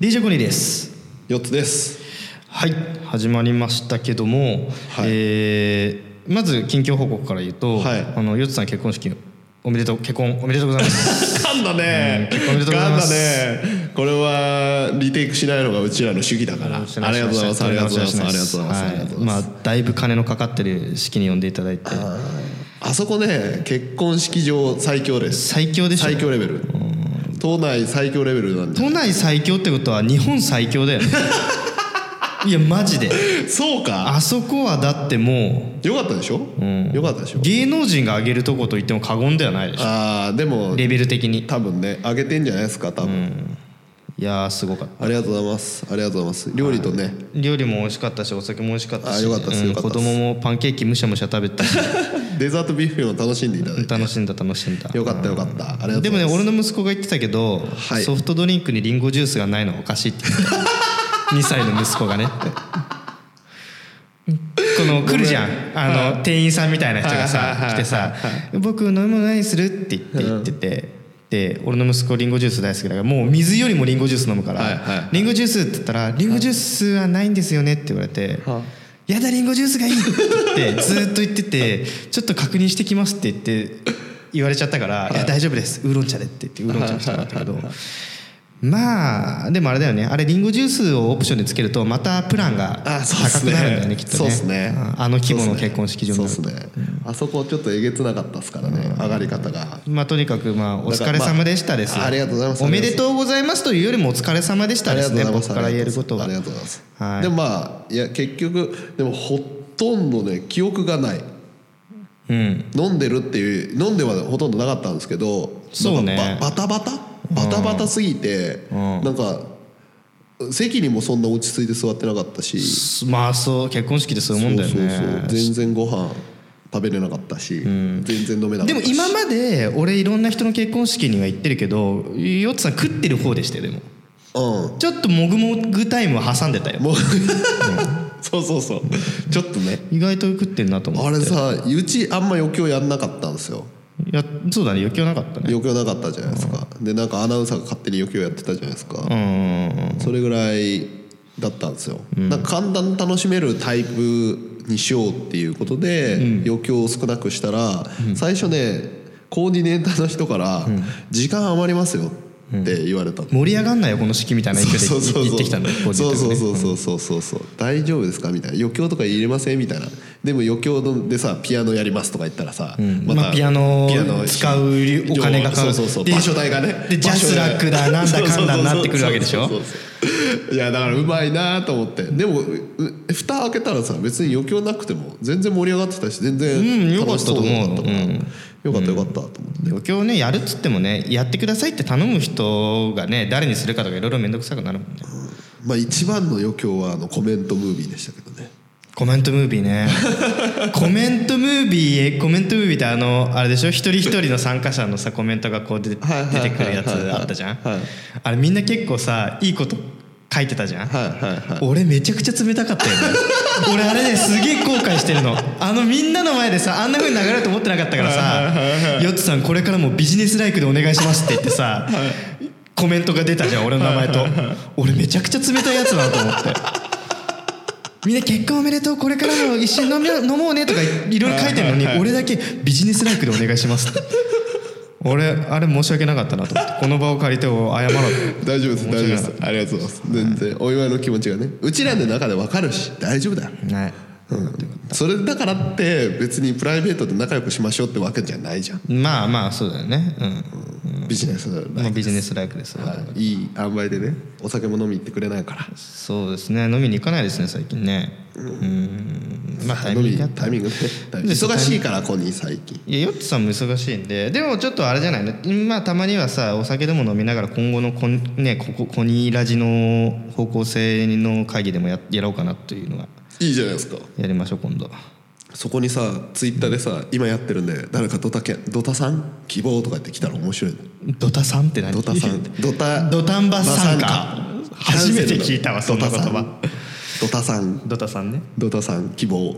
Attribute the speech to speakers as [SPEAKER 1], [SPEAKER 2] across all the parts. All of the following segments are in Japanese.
[SPEAKER 1] DJ 国です
[SPEAKER 2] 四つです。
[SPEAKER 1] はい始まりましたけども、
[SPEAKER 2] はい
[SPEAKER 1] えーまず近況報告から言うと、
[SPEAKER 2] はい
[SPEAKER 1] あのよつさん結婚式おめでとう結婚おめでとうございます
[SPEAKER 2] 噛んだね。
[SPEAKER 1] うんおめでとうございます
[SPEAKER 2] 噛んだね。これはリテイクしないのがうちらの主義だから。ありがとうございます。ありがとうございます。ありがとうございます。ありがとうござい
[SPEAKER 1] ま
[SPEAKER 2] ま
[SPEAKER 1] あ
[SPEAKER 2] す。
[SPEAKER 1] だいぶ金のかかってる式に呼んでいただいて
[SPEAKER 2] あそこね、結婚式場最強です。
[SPEAKER 1] 最強でしょ
[SPEAKER 2] 最強レベル。島内最強レベルなんで。
[SPEAKER 1] 都内最強ってことは日本最強 だよねいやマジで
[SPEAKER 2] そうか。
[SPEAKER 1] あそこはだっても
[SPEAKER 2] よかったでしょ。よかったでしょ
[SPEAKER 1] う。芸能人が上げるとこと言っても過言ではないでしょ
[SPEAKER 2] ああでも
[SPEAKER 1] レベル的に
[SPEAKER 2] 多分ね上げてんじゃないですか多分。
[SPEAKER 1] いやーすごかった
[SPEAKER 2] ありがとうございます。ありがとうございます。料理とね。
[SPEAKER 1] 料理も美味しかったしお酒も美味しかった
[SPEAKER 2] あ
[SPEAKER 1] し
[SPEAKER 2] よかったです
[SPEAKER 1] うん
[SPEAKER 2] よかった
[SPEAKER 1] 子
[SPEAKER 2] です
[SPEAKER 1] 供もパンケーキむしゃむしゃ食べたし
[SPEAKER 2] デザートビュッフェも楽しんでいただいて。
[SPEAKER 1] 楽しんだ楽しんだ
[SPEAKER 2] よかったよかった。ありがとうございます
[SPEAKER 1] でもね俺の息子が言ってたけど、
[SPEAKER 2] はい
[SPEAKER 1] ソフトドリンクにリンゴジュースがないのはおかしいって言ってた 2歳の息子がねこの来るじゃんあの、店員さんみたいな人がさ、
[SPEAKER 2] はいはいはい
[SPEAKER 1] 来てさ「僕飲み物何する?」って言って言ってて、で俺の息子リンゴジュース大好きだからもう水よりもリンゴジュース飲むから「
[SPEAKER 2] はいはい
[SPEAKER 1] リンゴジュース」って言ったら「リンゴジュースはないんですよね」って言われて「
[SPEAKER 2] は
[SPEAKER 1] やだリンゴジュースがいい」って 言ってずーっと言ってて「ちょっと確認してきます」って言って言われちゃったから「いや大丈夫ですウーロン茶で」って言ってウーロン茶にしたかったけどまあでもあれだよねあれリンゴジュースをオプションでつけるとまたプランが
[SPEAKER 2] あそうっ
[SPEAKER 1] 高
[SPEAKER 2] す
[SPEAKER 1] く
[SPEAKER 2] ね
[SPEAKER 1] なるんだよねきっとね
[SPEAKER 2] そうっすね
[SPEAKER 1] うんあの規模の結婚式場に
[SPEAKER 2] そ
[SPEAKER 1] な
[SPEAKER 2] う
[SPEAKER 1] る
[SPEAKER 2] っすねあそこちょっとえげつなかったっすからね上がり方が
[SPEAKER 1] まあとにかくまあお疲れ様でしたですよ、
[SPEAKER 2] まあありがとうございます
[SPEAKER 1] おめでとうございますというよりもお疲れ様でし
[SPEAKER 2] あ
[SPEAKER 1] た
[SPEAKER 2] り
[SPEAKER 1] で
[SPEAKER 2] が
[SPEAKER 1] す
[SPEAKER 2] と
[SPEAKER 1] ね
[SPEAKER 2] うございま
[SPEAKER 1] 僕
[SPEAKER 2] す
[SPEAKER 1] から言えることは
[SPEAKER 2] ありがとうございます
[SPEAKER 1] はい
[SPEAKER 2] でもまあいや結局でもほとんどね記憶がない
[SPEAKER 1] うん
[SPEAKER 2] 飲んでるっていう飲んではほとんどなかったんですけど
[SPEAKER 1] そうね
[SPEAKER 2] なんかババタバタバタバタすぎて
[SPEAKER 1] うん
[SPEAKER 2] なんか席にもそんな落ち着いて座ってなかったし
[SPEAKER 1] まあそう結婚式ってそういうもんだよね
[SPEAKER 2] 全然ご飯食べれなかったし全然飲めなかったし
[SPEAKER 1] でも今まで俺いろんな人の結婚式には行ってるけどヨッツさん食ってる方でしたよでも
[SPEAKER 2] うん
[SPEAKER 1] ちょっともぐもぐタイムは挟んでたよ
[SPEAKER 2] もうそうそうそうちょっとね
[SPEAKER 1] 意外と食ってんなと思
[SPEAKER 2] あ
[SPEAKER 1] って
[SPEAKER 2] れさうちあんま余興やんなかったんですよ
[SPEAKER 1] いやそうだね余興なかったね
[SPEAKER 2] 余興なかったじゃないですかでなんかアナウンサーが勝手に余興やってたじゃないですか
[SPEAKER 1] うんうんうんうん
[SPEAKER 2] それぐらいだったんですよなんか簡単に楽しめるタイプにしようっていうことで余興を少なくしたら最初ねコーディネーターの人から「時間余りますよ」って言われたの
[SPEAKER 1] 盛り上がんないよこの式みたいな勢いで
[SPEAKER 2] そうそうそう
[SPEAKER 1] 行ってきたんだ
[SPEAKER 2] そうそうそうそうそうそうそう大丈夫ですかみたいな余興とか入れませんみたいなでも余興のでさピアノやりますとか言ったらさ、
[SPEAKER 1] まあピアノ使うお金がかかる
[SPEAKER 2] そうそうそう
[SPEAKER 1] で
[SPEAKER 2] 場所代がね
[SPEAKER 1] でジャスラックだ
[SPEAKER 2] 場所代
[SPEAKER 1] なんだかんだになってくるわけでしょ
[SPEAKER 2] そうそうそうそういやだからうまいなと思ってでもう蓋開けたらさ別に余興なくても全然盛り上がってたし全
[SPEAKER 1] うん
[SPEAKER 2] 然
[SPEAKER 1] よかった
[SPEAKER 2] 楽し
[SPEAKER 1] と
[SPEAKER 2] そう
[SPEAKER 1] 思う
[SPEAKER 2] だったから
[SPEAKER 1] うん
[SPEAKER 2] よかったよかったと思って。
[SPEAKER 1] 余興ねやるっつってもねやってくださいって頼む人がね誰にするかとかいろいろ面倒くさくなるもんね
[SPEAKER 2] まあ一番の余興はあのコメントムービーでしたけどね
[SPEAKER 1] コメントムービー ねコメントムービーえコメントムービーってあのあれでしょ一人一人の参加者のさコメントがこう出て
[SPEAKER 2] はいはい
[SPEAKER 1] 出
[SPEAKER 2] はいはい
[SPEAKER 1] てくるやつあったじゃん
[SPEAKER 2] はい
[SPEAKER 1] あれみんな結構さいいこと書いてたじゃん、
[SPEAKER 2] はいはいはい
[SPEAKER 1] 俺めちゃくちゃ冷たかったよね俺あれねすげえ後悔してるのあのみんなの前でさあんな風に流れると思ってなかったからさ「ヨッツさんこれからもビジネスライクでお願いします」って言ってさコメントが出たじゃん俺の名前と俺めちゃくちゃ冷たいやつだなと思ってみんな結婚おめでとうこれからも一緒に飲み飲もうねとかいろいろ書いてるのに俺だけビジネスライクでお願いしますって俺あれ申し訳なかったなと思ってこの場を借りて謝ろう と
[SPEAKER 2] 大丈夫です
[SPEAKER 1] 申
[SPEAKER 2] 大丈
[SPEAKER 1] し訳
[SPEAKER 2] 夫で
[SPEAKER 1] なか
[SPEAKER 2] すありがとうございます全然お祝いの気持ちがねうちらの中で分かるし大丈夫だよ
[SPEAKER 1] ね
[SPEAKER 2] それだからって別にプライベートで仲良くしましょうってわけじゃないじゃん
[SPEAKER 1] まあまあそうだよねうん
[SPEAKER 2] ビジネスだよね
[SPEAKER 1] まあ、ビジネスライクです、
[SPEAKER 2] はいいい塩梅でねお酒も飲み行ってくれないから
[SPEAKER 1] そうですね飲みに行かないですね最近ねうんまあタイ
[SPEAKER 2] 飲
[SPEAKER 1] ミ
[SPEAKER 2] み
[SPEAKER 1] ングがあった
[SPEAKER 2] タイミングね忙しいからコニー最近
[SPEAKER 1] いやヨッツさんも忙しいんででもちょっとあれじゃないのまあたまにはさお酒でも飲みながら今後のコ,、ね、ここコニーラジの方向性の会議でもややろうかなというのはい
[SPEAKER 2] いじゃないですか
[SPEAKER 1] やりましょう今度
[SPEAKER 2] そこにさツイッターでさ今やってるんで誰かドタケンドタさん希望とか言ってきたら面白いね
[SPEAKER 1] ドタさんって何
[SPEAKER 2] ドタさん ドタ
[SPEAKER 1] ドタンバさんか
[SPEAKER 2] キャンセ
[SPEAKER 1] 初
[SPEAKER 2] ル
[SPEAKER 1] め
[SPEAKER 2] の
[SPEAKER 1] て聞いたわそんな言
[SPEAKER 2] ドタさん
[SPEAKER 1] 葉
[SPEAKER 2] ドタさん
[SPEAKER 1] ドタさんね
[SPEAKER 2] ドタさん希望、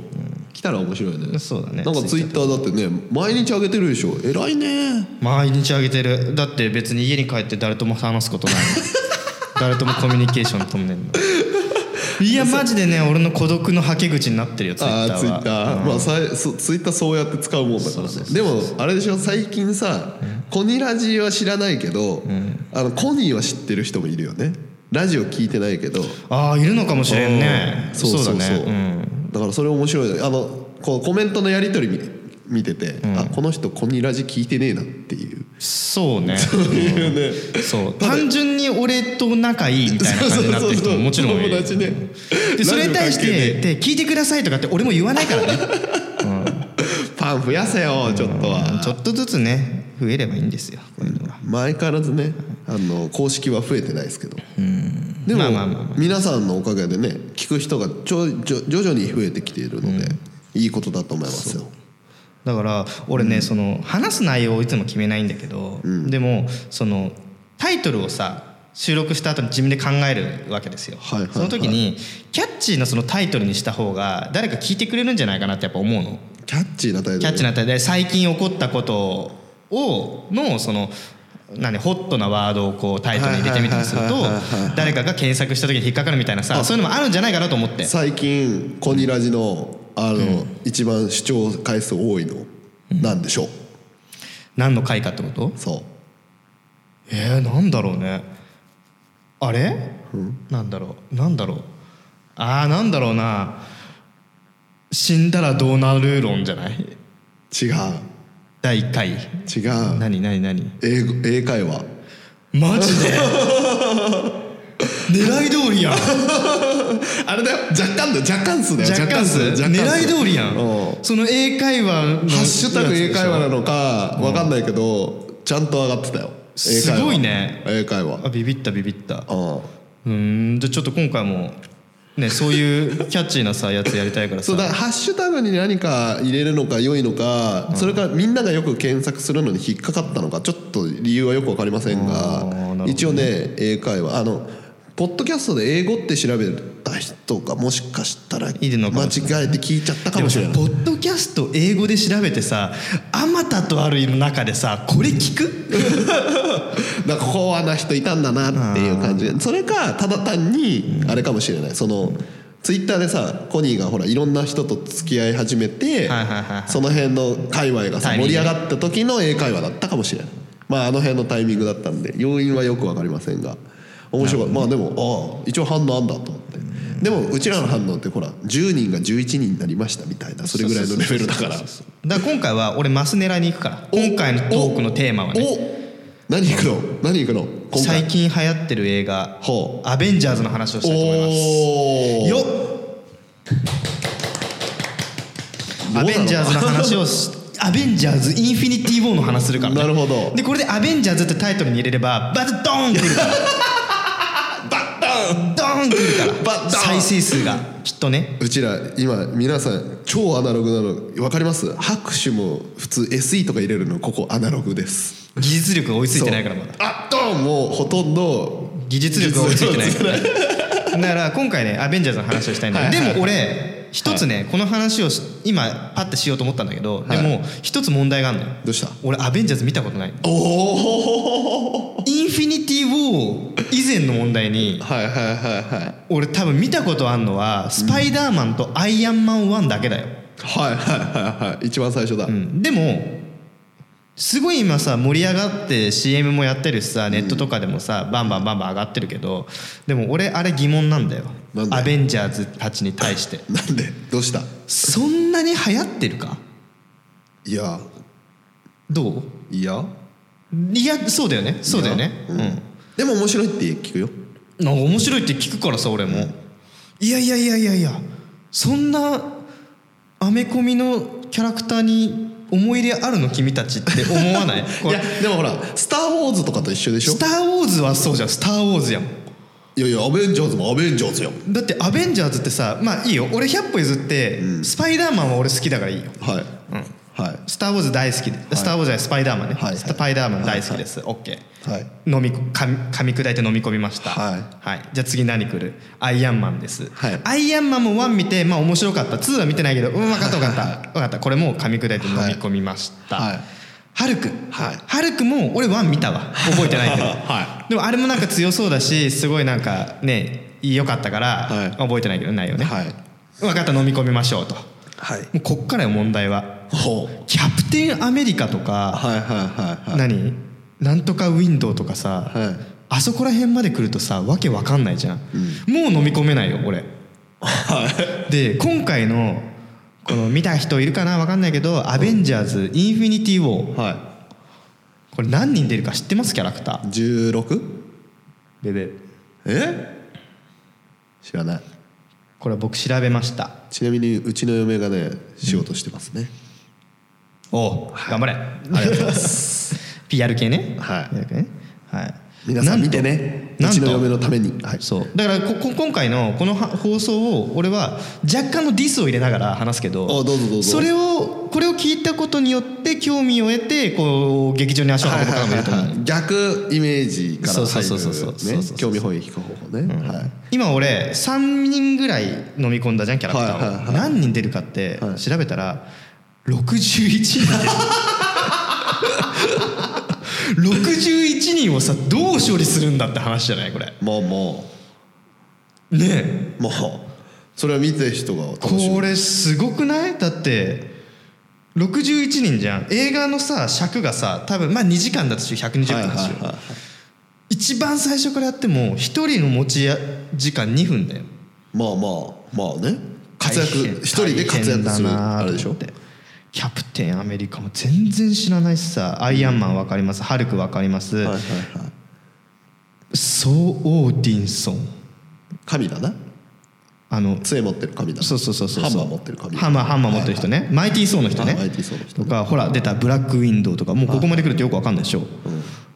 [SPEAKER 2] 来たら面白いね
[SPEAKER 1] そうだね
[SPEAKER 2] なんかツイッターだってね毎日上げてるでしょ偉いね
[SPEAKER 1] 毎日あげてるだって別に家に帰って誰とも話すことないの誰ともコミュニケーション取んねんのいやマジでね俺の孤独のはけ口になってるよツイッ
[SPEAKER 2] あ
[SPEAKER 1] ターは
[SPEAKER 2] あツイッター、まあさいそツイッターそうやって使うもんだからねでもあれでしょ最近さ、コニラジは知らないけど、あのコニーは知ってる人もいるよねラジオ聞いてないけど
[SPEAKER 1] ああいるのかもしれんね
[SPEAKER 2] そうそうそう
[SPEAKER 1] だねうん
[SPEAKER 2] だからそれ面白いねあのこうコメントのやり取り見見てて、あこの人コニラジ聞いてねえなっていう
[SPEAKER 1] そうねそう単純に俺と仲いいみたいな感じになってる人ももちろんいる
[SPEAKER 2] 友達ね
[SPEAKER 1] でそれに対して「で聞いてください」とかって俺も言わないからね
[SPEAKER 2] パン増やせよちょっとは
[SPEAKER 1] ちょっとずつね増えればいいんですよこういうのは
[SPEAKER 2] 前からずねあの公式は増えてないですけどでも、
[SPEAKER 1] まあまあまあま
[SPEAKER 2] 皆さんのおかげでね聞く人がちょちょ徐々に増えてきているので、いいことだと思いますよ
[SPEAKER 1] だから俺ね、その話す内容をいつも決めないんだけど、でもそのタイトルをさ収録した後に自分で考えるわけですよ、
[SPEAKER 2] はいはいはい
[SPEAKER 1] その時にキャッチーなそのタイトルにした方が誰か聞いてくれるんじゃないかなってやっぱ思うの
[SPEAKER 2] キャッチーな態度
[SPEAKER 1] キャッチー
[SPEAKER 2] な
[SPEAKER 1] なタイトルで最近起こったことをのその何ホットなワードをこうタイトルに入れてみたりすると
[SPEAKER 2] はいはいはいはいはい
[SPEAKER 1] 誰かが検索した時に引っかかるみたいなさそういうのもあるんじゃないかなと思って
[SPEAKER 2] 最近コニラジのあの、一番視聴回数多いの、なんでしょう
[SPEAKER 1] 何の回かってこと
[SPEAKER 2] そう
[SPEAKER 1] えー、なんだろうねあれ、なんだろうなんだろうあーなんだろうな死んだらどうなる論じゃない
[SPEAKER 2] 違う
[SPEAKER 1] 第1回
[SPEAKER 2] 違う
[SPEAKER 1] 何何何
[SPEAKER 2] 英語英会話
[SPEAKER 1] マジ で狙い通りやん
[SPEAKER 2] あれだよ若干だよ若干数だよ
[SPEAKER 1] 若干数
[SPEAKER 2] 若干数
[SPEAKER 1] 狙い通りやん
[SPEAKER 2] う
[SPEAKER 1] その英会話の
[SPEAKER 2] ハッシュタグ英会話な
[SPEAKER 1] やつでしょ
[SPEAKER 2] のかわかんないけど、ちゃんと上がってたよ英会話
[SPEAKER 1] すごいね
[SPEAKER 2] 英会話
[SPEAKER 1] あビビったビビった
[SPEAKER 2] うん
[SPEAKER 1] うーんじゃあちょっと今回もねそういうキャッチーなさやつやりたいから
[SPEAKER 2] そ
[SPEAKER 1] さ
[SPEAKER 2] うだからハッシュタグに何か入れるのか良いのか、それからみんながよく検索するのに引っかかったのかちょっと理由はよく分かりませ
[SPEAKER 1] あ
[SPEAKER 2] ん
[SPEAKER 1] ーなるほ
[SPEAKER 2] が、
[SPEAKER 1] どね
[SPEAKER 2] 一応ね英会話あのポッドキャストで英語って調べた人がもしかしたら間違
[SPEAKER 1] いるのかもし
[SPEAKER 2] えて聞いちゃったかもしれない
[SPEAKER 1] でもさポッドキャスト英語で調べてさあまたとあるの中でさこれ聞 く
[SPEAKER 2] なんかコアな人いたんだなっていう感じでそれかただ単にあれかもしれないそのツイッターでさコニーがほらいろんな人と付き合い始めて
[SPEAKER 1] はいはいはいはい
[SPEAKER 2] その辺の界隈がさ
[SPEAKER 1] タイ
[SPEAKER 2] 盛
[SPEAKER 1] ミン
[SPEAKER 2] り
[SPEAKER 1] グ
[SPEAKER 2] 上がった時の英会話だったかもしれないまああの辺のタイミングだったんで要因はよく分かりませんが面白かったまあでもああ一応反応あんだと思ってでもうちらの反応ってほら10人が11人になりましたみたいなそれぐらいのレベルだから
[SPEAKER 1] だから今回は俺マス狙いに行くから今回のトークのテーマはね
[SPEAKER 2] お何行くの何行くの今回
[SPEAKER 1] 最近流行ってる映画
[SPEAKER 2] ほ
[SPEAKER 1] アベンジャーズ」の話をしたいと思います
[SPEAKER 2] おー
[SPEAKER 1] よ
[SPEAKER 2] ど
[SPEAKER 1] ア
[SPEAKER 2] うなの
[SPEAKER 1] ベンジャーズの話を しアベンジャーズインフィニティ・ウォーの話するから、ね、
[SPEAKER 2] なるほど
[SPEAKER 1] でこれで「アベンジャーズ」ってタイトルに入れればバズドーンってくる からバッドーンドーンってくるから
[SPEAKER 2] バッドーン
[SPEAKER 1] 再生数がきっとね
[SPEAKER 2] うちら今皆さん超アナログなの分かります拍手も普通 SE とか入れるのここアナログです
[SPEAKER 1] 技術力が追いついてないからまだ
[SPEAKER 2] あっともうほとんど
[SPEAKER 1] 技術力が追いついてないからだから今回ね「アベンジャーズ」の話をしたいんだけどでも俺一つねこの話をし今パッてしようと思ったんだけど
[SPEAKER 2] は
[SPEAKER 1] で
[SPEAKER 2] い
[SPEAKER 1] も一つ問題があるのよ
[SPEAKER 2] どうした
[SPEAKER 1] 俺アベンジャーズ見たことない
[SPEAKER 2] おお
[SPEAKER 1] インフィニティ・ウォー以前の問題に
[SPEAKER 2] はいはいはいはい
[SPEAKER 1] 俺多分見たことあんのはスパイダーマンとアイアンマン1だけだよ、
[SPEAKER 2] はいはいはいはい一番最初だ、
[SPEAKER 1] うんでもすごい今さ盛り上がって CM もやってるしさネットとかでもさ、バンバンバンバン上がってるけどでも俺あれ疑問なんだよ
[SPEAKER 2] なんで
[SPEAKER 1] アベンジャーズたちに対して
[SPEAKER 2] なんでどうした
[SPEAKER 1] そんなに流行ってるか
[SPEAKER 2] いや
[SPEAKER 1] どう
[SPEAKER 2] いや
[SPEAKER 1] いやそうだよねそうだよね
[SPEAKER 2] うんでも面白いって聞くよ
[SPEAKER 1] うんなんか面白いって聞くからさ俺もいやいやいやいやいやそんなアメコミのキャラクターに思い入れあるの君たちって思わない
[SPEAKER 2] い
[SPEAKER 1] これ
[SPEAKER 2] やでもほら「スター・ウォーズ」とかと一緒でしょ
[SPEAKER 1] スター・ウォーズはそうじゃんスター・ウォーズやもん
[SPEAKER 2] いやいやアベンジャーズもアベンジャーズよ
[SPEAKER 1] だってアベンジャーズってさまあいいよ俺100歩譲って、スパイダーマンは俺好きだからいいよ
[SPEAKER 2] はい、はい
[SPEAKER 1] スター・ウォーズ大好きで、スター・ウォーズはスパイダーマンね、
[SPEAKER 2] はいはい
[SPEAKER 1] スパイダーマン大好きです、オッケー
[SPEAKER 2] はい
[SPEAKER 1] 飲み噛み噛み砕いて飲み込みました
[SPEAKER 2] はい、
[SPEAKER 1] じゃあ次何来るアイアンマンです、
[SPEAKER 2] はい
[SPEAKER 1] アイアンマンも1見てまあ面白かった2は見てないけどうん分かった分かった分かったこれも噛み砕いて飲み込みました、
[SPEAKER 2] はい
[SPEAKER 1] ハルク、
[SPEAKER 2] はい
[SPEAKER 1] ハルクも俺ワン見たわ覚えてないけど、
[SPEAKER 2] は
[SPEAKER 1] でもあれもなんか強そうだしすごいなんかね良かったから、
[SPEAKER 2] はい
[SPEAKER 1] 覚えてないけど内容ね、
[SPEAKER 2] はい
[SPEAKER 1] 分かった飲み込みましょうと
[SPEAKER 2] はい
[SPEAKER 1] もうこっからよ問題は
[SPEAKER 2] ほう
[SPEAKER 1] キャプテンアメリカとか、
[SPEAKER 2] はいはいはいはい
[SPEAKER 1] 何なんとかウィンドウとかさ、
[SPEAKER 2] はい
[SPEAKER 1] あそこら辺まで来るとさわけわかんないじゃん、もう飲み込めないよ俺で今回のこの見た人いるかなわかんないけど「アベンジャーズインフィニティ・ウォー
[SPEAKER 2] は」
[SPEAKER 1] これ何人出るか知ってますキャラクター
[SPEAKER 2] い 16?
[SPEAKER 1] でで
[SPEAKER 2] え知らない
[SPEAKER 1] これは僕調べました
[SPEAKER 2] ちなみにうちの嫁がね仕事してますね、
[SPEAKER 1] おう頑張れありがとうございます PR 系ね
[SPEAKER 2] はい
[SPEAKER 1] PR 系ねはい
[SPEAKER 2] 皆さん
[SPEAKER 1] と
[SPEAKER 2] 見てねう
[SPEAKER 1] なん
[SPEAKER 2] ちの
[SPEAKER 1] と
[SPEAKER 2] 嫁のためにはい
[SPEAKER 1] そうだからここ今回のこのは放送を俺は若干のディスを入れながら話すけど
[SPEAKER 2] あどうぞどうぞ
[SPEAKER 1] それをこれを聞いたことによって興味を得てこう劇場に足を運ぶ方もいると思う
[SPEAKER 2] 逆イメージから入
[SPEAKER 1] そ
[SPEAKER 2] る、ね、
[SPEAKER 1] うそうそうそうそうそうそう
[SPEAKER 2] 興味本位引く方法ね、はい
[SPEAKER 1] 今俺3人ぐらい飲み込んだじゃんキャラクターを、
[SPEAKER 2] はいはいはい
[SPEAKER 1] 何人出るかって
[SPEAKER 2] はい
[SPEAKER 1] 調べたら61人 出る61人をさどう処理するんだって話じゃないこれね
[SPEAKER 2] もうも
[SPEAKER 1] え
[SPEAKER 2] うもうそれは見てる人が楽しみ
[SPEAKER 1] これすごくないだって61人じゃん映画のさ尺がさ多分まあ2時間だとしよう120分だとしよう、
[SPEAKER 2] はいはいはい
[SPEAKER 1] 一番最初からやっても1人の持ちや時間2分だよ
[SPEAKER 2] まあまあまあね活
[SPEAKER 1] 大
[SPEAKER 2] 躍
[SPEAKER 1] 変
[SPEAKER 2] 一人で活躍す
[SPEAKER 1] 大変
[SPEAKER 2] る
[SPEAKER 1] だな
[SPEAKER 2] あ
[SPEAKER 1] と思って
[SPEAKER 2] れでしょ
[SPEAKER 1] キャプテンアメリカも全然知らないしさアイアンマンわかります、ハルクわかります、
[SPEAKER 2] はいはいはい
[SPEAKER 1] ソー・オーディンソン
[SPEAKER 2] 神だな
[SPEAKER 1] あの
[SPEAKER 2] 杖持ってる神だな
[SPEAKER 1] そうそうそうそう
[SPEAKER 2] ハンマー持ってる神
[SPEAKER 1] ハンマーハンマー持ってる人ね、マイティー・ソーの人ね
[SPEAKER 2] あマイティーソーの人
[SPEAKER 1] とかほら出たブラック・ウィンドウとかもうここまで来るとよくわかんないでしょ、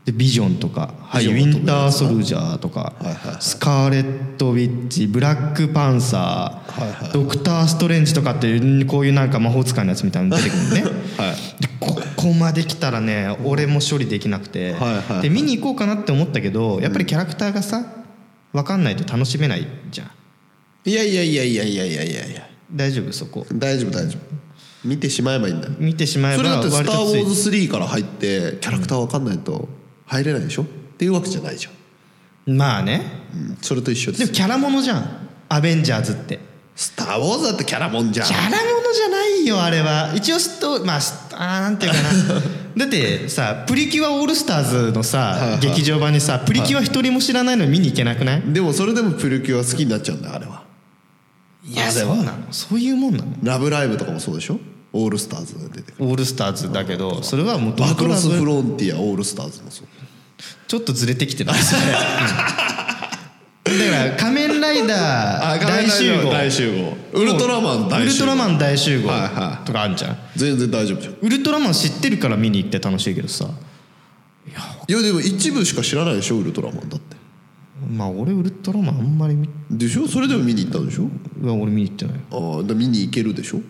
[SPEAKER 1] でビジョンとか、はい、ウ
[SPEAKER 2] ビジョンも
[SPEAKER 1] ィンター・ソルジャーとか、
[SPEAKER 2] いはいはい
[SPEAKER 1] スカーレット・ウィッチブラック・パンサー、
[SPEAKER 2] はいはいはい
[SPEAKER 1] ドクター・ストレンジとかっていうこういうなんか魔法使いのやつみたいなの出てくるのね
[SPEAKER 2] はい
[SPEAKER 1] でここまで来たらね俺も処理できなくて、
[SPEAKER 2] はいはいはい
[SPEAKER 1] で見に行こうかなって思ったけどやっぱりキャラクターがさ分かんないと楽しめないじゃん
[SPEAKER 2] いやいやいやいやいやいやいやいや
[SPEAKER 1] 大丈夫そこ
[SPEAKER 2] 大丈夫大丈夫見てしまえばいいんだよ
[SPEAKER 1] 見てしまえ
[SPEAKER 2] そ
[SPEAKER 1] ば
[SPEAKER 2] れだって「スター・ウ
[SPEAKER 1] 割
[SPEAKER 2] ォー
[SPEAKER 1] とつい
[SPEAKER 2] ズ3」から入ってキャラクターわかんないと入れないでしょっていうわけじゃないじゃん、
[SPEAKER 1] まあね
[SPEAKER 2] うん、それと一緒で
[SPEAKER 1] ですもキャラものじゃんアベンジャーズって
[SPEAKER 2] 「スター・ウォーズ」だってキャラもんじゃん
[SPEAKER 1] キャラものじゃないよあれは一応ストまあスあーなんていうか なだってさプリキュアオールスターズの
[SPEAKER 2] いは
[SPEAKER 1] さ
[SPEAKER 2] い
[SPEAKER 1] 劇場版にさプリキュア一人も知らないのに見に行けなくない
[SPEAKER 2] でもそれでもプリキュア好きになっちゃうんだよあれはい
[SPEAKER 1] や
[SPEAKER 2] あれ
[SPEAKER 1] そ
[SPEAKER 2] は
[SPEAKER 1] うなのそういうもんなの
[SPEAKER 2] 「ラブライブ!」とかもそうでしょオールスターズが出てくる
[SPEAKER 1] オールスターズだけどそれはもう
[SPEAKER 2] バクロス・フ
[SPEAKER 1] ロ
[SPEAKER 2] ロンティアオールスターズもそう
[SPEAKER 1] ちょっとずれてきてたんですねだから仮面ライダー大集合
[SPEAKER 2] 大集合ウルトラマン大集合
[SPEAKER 1] ウルトラマン大集合
[SPEAKER 2] はいはい
[SPEAKER 1] とかあんじゃん
[SPEAKER 2] 全然大丈夫じゃん
[SPEAKER 1] ウルトラマン知ってるから見に行って楽しいけどさ
[SPEAKER 2] いやでも一部しか知らないでしょウルトラマンだって
[SPEAKER 1] まあ俺ウルトラマンあんまり見
[SPEAKER 2] でしょそれでも見に行ったんでしょ
[SPEAKER 1] うわ俺見に行ってない
[SPEAKER 2] ああだから見に行けるでしょ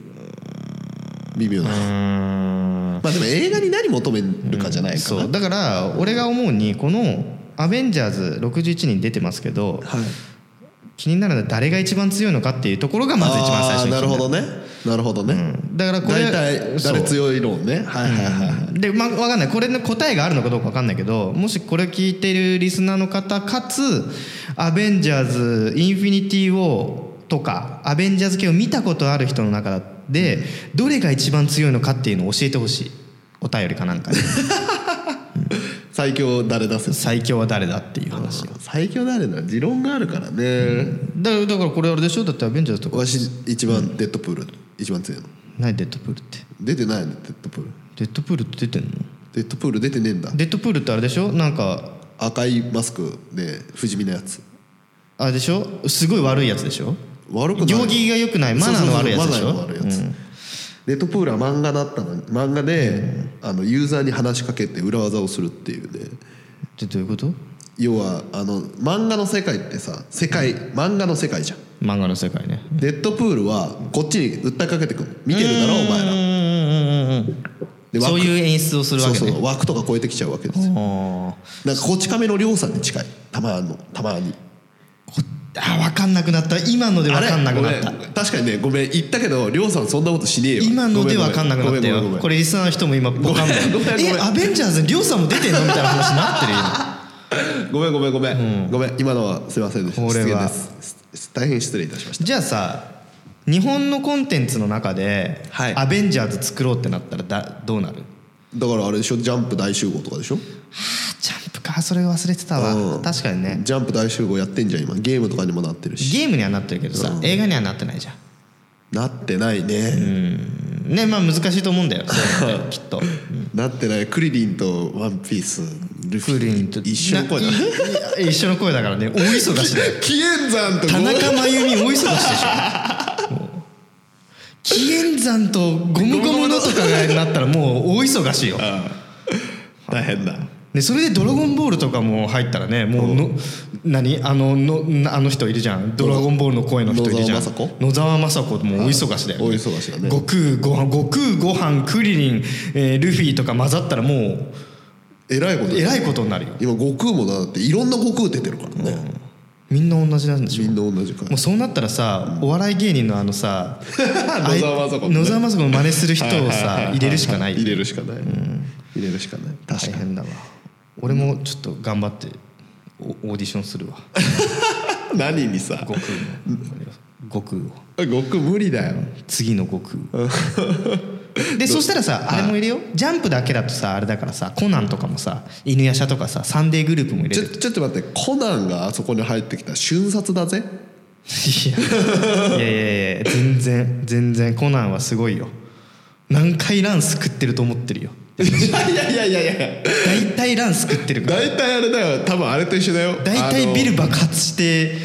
[SPEAKER 2] 微妙だ
[SPEAKER 1] うーん
[SPEAKER 2] まあでも映画に何求めるかじゃないかな、
[SPEAKER 1] そうだから俺が思うにこの「アベンジャーズ61人出てますけど
[SPEAKER 2] はい、
[SPEAKER 1] 気になるのは誰が一番強いのかっていうところがまず一番最初に気に
[SPEAKER 2] あーなるほどねなるほどね、
[SPEAKER 1] だからこれ
[SPEAKER 2] 大体誰
[SPEAKER 1] そう
[SPEAKER 2] 強い論ねはいはいはいはい
[SPEAKER 1] で、まあ、分かんないこれの答えがあるのかどうか分かんないけどもしこれ聞いてるリスナーの方かつ「アベンジャーズインフィニティ・ウォー」とか「アベンジャーズ系」を見たことある人の中でどれが一番強いのかっていうのを教えてほしいお便りかなんか で
[SPEAKER 2] 最強誰出せ
[SPEAKER 1] 最強は誰だっていう話だか
[SPEAKER 2] 最強誰だ持論があるからね、
[SPEAKER 1] らだからこれあれでしょだってアベンジャーズとか
[SPEAKER 2] わし一番デッドプール、一番強いの
[SPEAKER 1] 何デッドプールって
[SPEAKER 2] 出てないのデッドプール
[SPEAKER 1] デッドプールって出てんの
[SPEAKER 2] デッドプール出てねえんだ
[SPEAKER 1] デッドプールってあれでしょなんか
[SPEAKER 2] 赤いマスクで不死身のやつ
[SPEAKER 1] あれでしょすごい悪いやつでしょ
[SPEAKER 2] 悪くない
[SPEAKER 1] 行儀が良くないマナーの悪いやつでしょ
[SPEAKER 2] そうそうそうマナーの悪いやつデッドプールは漫画だったのに漫画で、あのユーザーに話しかけて裏技をするっていうね
[SPEAKER 1] ってどういうこと
[SPEAKER 2] 要はあの漫画の世界ってさ世界、漫画の世界じゃん
[SPEAKER 1] 漫画の世界ね
[SPEAKER 2] デッドプールはこっちに訴えかけてくる見てるだろお前らで
[SPEAKER 1] そう
[SPEAKER 2] 枠
[SPEAKER 1] いう演出をするわ
[SPEAKER 2] そう
[SPEAKER 1] け
[SPEAKER 2] そう
[SPEAKER 1] ね
[SPEAKER 2] 枠とか超えてきちゃうわけですよ
[SPEAKER 1] あー
[SPEAKER 2] なんかこち亀の亮さんに近いたまのたまに
[SPEAKER 1] あ分かんなくなった今ので分かんなくなった
[SPEAKER 2] あれごめん確かにねごめん言ったけどりょうさんそんなことしねえよ
[SPEAKER 1] 今ので分かんなくなった
[SPEAKER 2] ごめんごめんごめ
[SPEAKER 1] よ
[SPEAKER 2] ん
[SPEAKER 1] これリスナーの人も今ボカンで
[SPEAKER 2] ごめんごめんごめん
[SPEAKER 1] えアベンジャーズにリョウさんも出てんのみたいな話になってるよ今
[SPEAKER 2] ごめんごめんごめん、ごめん今のはすいませんでした
[SPEAKER 1] 俺
[SPEAKER 2] 失言
[SPEAKER 1] は
[SPEAKER 2] ですす大変失礼いたしました
[SPEAKER 1] じゃあさ日本のコンテンツの中で、
[SPEAKER 2] はい
[SPEAKER 1] アベンジャーズ作ろうってなったらだどうなる
[SPEAKER 2] だからあれでしょジャンプ大集合とかでしょ
[SPEAKER 1] あジャンプかそれ忘れてたわ、
[SPEAKER 2] うん
[SPEAKER 1] 確かにね
[SPEAKER 2] ジャンプ大集合やってんじゃん今ゲームとかにもなってるし
[SPEAKER 1] ゲームにはなってるけどさ、映画にはなってないじゃん
[SPEAKER 2] なってないね、
[SPEAKER 1] ねまあ難しいと思うんだよ そういうのってきっと
[SPEAKER 2] なってないクリリンとワンピースルフィ一緒の声だ
[SPEAKER 1] ないいいや一緒の声だからね大忙しだよ
[SPEAKER 2] 紀元山 と
[SPEAKER 1] 田中真由美大忙しでしょもう紀元山とゴムゴムのとかがなったらもう大忙しよ
[SPEAKER 2] 大変だ
[SPEAKER 1] でそれで「ドラゴンボール」とかも入ったらねもうの何あののなあの人いるじゃん「ドラゴンボール」の声の人いるじゃん
[SPEAKER 2] 野沢雅
[SPEAKER 1] 野沢雅子も大忙しだよ、
[SPEAKER 2] 大忙しだね
[SPEAKER 1] 悟空ご飯悟空ご飯クリリン、えールフィとか混ざったらも
[SPEAKER 2] えらいこ
[SPEAKER 1] う
[SPEAKER 2] とだ
[SPEAKER 1] え
[SPEAKER 2] よ
[SPEAKER 1] らいことになるよ
[SPEAKER 2] 今悟空もなだっていろんな悟空出てるからね、
[SPEAKER 1] みんな同じなんでしょ
[SPEAKER 2] みんな同じから
[SPEAKER 1] もうそうなったらさお笑い芸人のあの さあい
[SPEAKER 2] 野沢雅子ね
[SPEAKER 1] 野沢雅子の真似する人を
[SPEAKER 2] はいはいはい
[SPEAKER 1] さ
[SPEAKER 2] はい
[SPEAKER 1] 入れるしかない
[SPEAKER 2] 入れるしかない、入れるしかない
[SPEAKER 1] 大
[SPEAKER 2] 確かに
[SPEAKER 1] 変だわ俺もちょっと頑張ってオオーディションするわ
[SPEAKER 2] 何にさ
[SPEAKER 1] 悟空の悟空を
[SPEAKER 2] 悟空無理だよ
[SPEAKER 1] 次の悟空でそしたらさあれも入れようジャンプだけだとさあれだからさコナンとかもさ犬やしゃとかさサンデーグループも入れ
[SPEAKER 2] ちょ
[SPEAKER 1] る
[SPEAKER 2] ちょっと待ってコナンがあそこに入ってきた瞬殺 だぜ
[SPEAKER 1] いやいやいやいや全然全然コナンはすごいよ何回ランス食ってると思ってるよ
[SPEAKER 2] いやいやいやいやいや
[SPEAKER 1] 大体ランス食ってるから
[SPEAKER 2] 大体あれだよ多 分あれと一緒だよ
[SPEAKER 1] 大体ビル爆発して